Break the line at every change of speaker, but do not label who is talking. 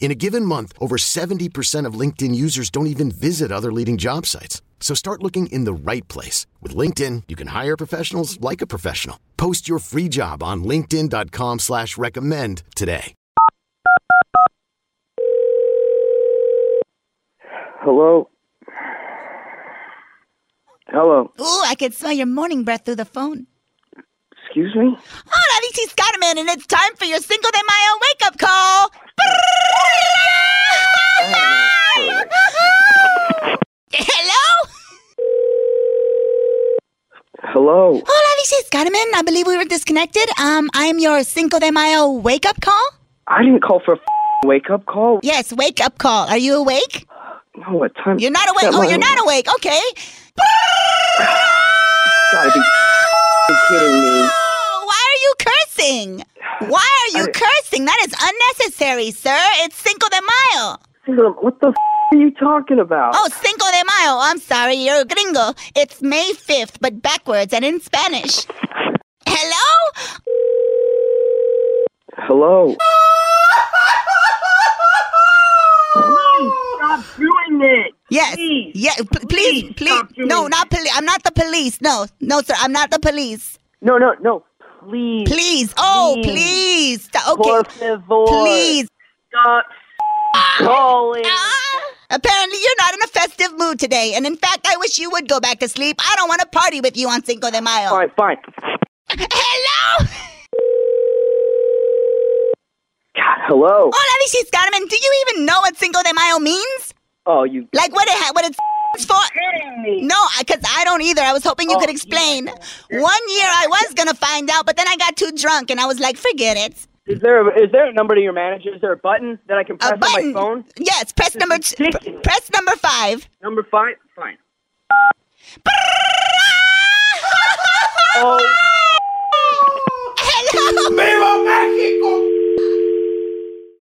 In a given month, over 70% of LinkedIn users don't even visit other leading job sites. So start looking in the right place. With LinkedIn, you can hire professionals like a professional. Post your free job on linkedin.com slash recommend today.
Hello. Hello.
Ooh, I could smell your morning breath through the phone.
Excuse me?
Hola, this is Carmen, and it's time for your Cinco de Mayo wake-up call. Hello?
Hello.
Hola, this is Carmen. I believe we were disconnected. Um, I'm your Cinco de Mayo wake-up call.
I didn't call for a wake-up call.
Yes, wake-up call. Are you awake?
No, what time?
You're not awake.
Come
Oh,
on.
you're not awake. Okay.
gotta be f***ing kidding me.
Oh, why are you cursing? Why are you
I-
cursing? That is unnecessary, sir. It's Cinco de Mayo.
Cinco- What the f- are you talking about?
Oh, Cinco de Mayo. I'm sorry, you're a gringo. It's May 5th, but backwards and in Spanish. Hello?
Hello.
Yes. Yeah, p- please, please. no, not police. I'm not the police. No, no, sir. I'm not the police.
No, no, no. Please.
Please. Oh,
Please.
please. St-
Por
Okay.
favor.
Please.
Stop f- calling.
Ah, apparently, you're not in a festive mood today. And in fact, I wish you would go back to sleep. I don't want to party with you on Cinco de Mayo.
Fine, fine.
Hello?
God, hello.
Hola, this is Carmen. Do you even know what Cinco de Mayo means?
Oh, you
Like what it ha- what it's for?
kidding me.
No, because I don't either. I was hoping you
Oh,
could explain. One year I was gonna find out, but then I got too drunk and I was like, forget it.
Is there a, is there a number to your manager? Is there a button that I can press
A
on
button.
my phone?
Yes, press number two,
ridiculous.
press number five.
Number five? Fine. Oh,